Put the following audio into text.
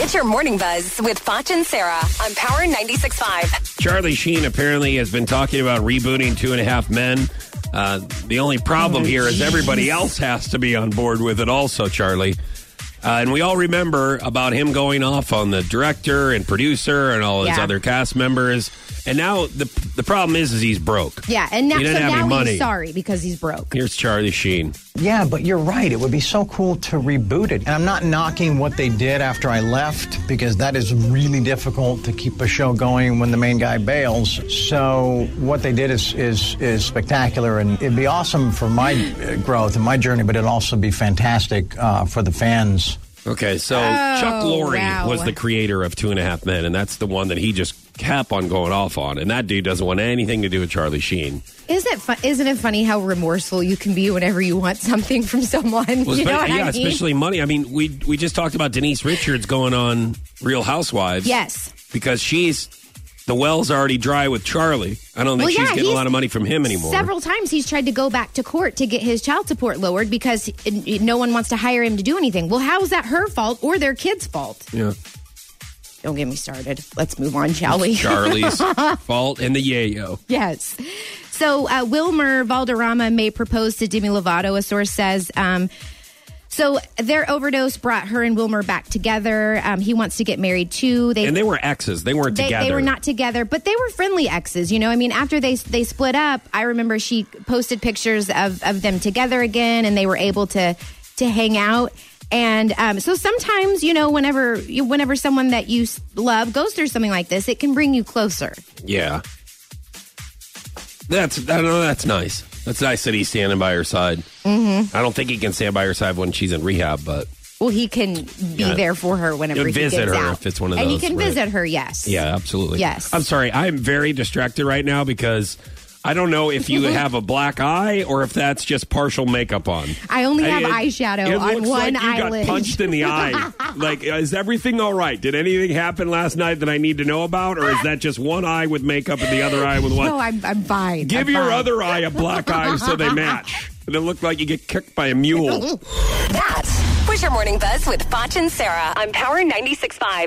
It's your morning buzz with Foch and Sarah on Power 96.5. Charlie Sheen apparently has been talking about rebooting Two and a Half Men. Uh, the only Oh, problem here is everybody else has to be on board with it, also, Charlie. Uh, and we all remember about him going off on the director and producer and all his Yeah. other cast members. And now the the problem is, is he's broke. Yeah, and now, He so doesn't have any now money. he's sorry because he's broke. Here's Charlie Sheen. Yeah, but you're right. It would be so cool to reboot it. And I'm not knocking what they did after I left because that is really difficult to keep a show going when the main guy bails. So what they did is is is spectacular, and it'd be awesome for my uh, growth and my journey. But it'd also be fantastic uh, for the fans. Okay, so Chuck Lorre Oh, wow. was the creator of Two and a Half Men, and that's the one that he just kept on going off on. And that dude doesn't want anything to do with Charlie Sheen. Isn't it fun? Isn't it funny how remorseful you can be whenever you want something from someone? Well, you know spe- what yeah, I mean? especially money. I mean, we we just talked about Denise Richards going on Real Housewives. Yes. because she's the well's already dry with Charlie. I don't think Well, she's yeah, getting a he's- lot of money from him anymore. Several times he's tried to go back to court to get his child support lowered because it- no one wants to hire him to do anything. Well, how is that her fault or their kid's fault? yeah, Don't get me started. Let's move on, shall we? Charlie's fault and the yayo. Yes. So uh, Wilmer Valderrama may propose to Demi Lovato, a source says. Um, so their overdose brought her and Wilmer back together. Um, he wants to get married too. They And they were exes. They weren't they, together. they were not together, but they were friendly exes. You know, I mean, after they they split up, I remember she posted pictures of of them together again, and they were able to to hang out. And um, so sometimes, you know, whenever you, whenever someone that you s- love goes through something like this, it can bring you closer. Yeah. That's I don't know. That's nice. That's nice that he's standing by her side. Mm-hmm. I don't think he can stand by her side when she's in rehab, but Well, he can be Yeah. there for her whenever He'll he visit gets her out. if it's one of and those, he can right. visit her. Yes. Yeah, absolutely. Yes. I'm sorry. I'm very distracted right now because I don't know if you have a black eye or if that's just partial makeup on. I only have it- eyeshadow it on looks one like you eyelid. Got punched in the eye. like, is everything all right? Did anything happen last night that I need to know about, or is that just one eye with makeup and the other eye with what? No, I'm I'm fine. Give I'm your fine. other eye a black eye so they match. And it looked like you get kicked by a mule. That was your morning buzz with Foch and Sarah on Power 96.5.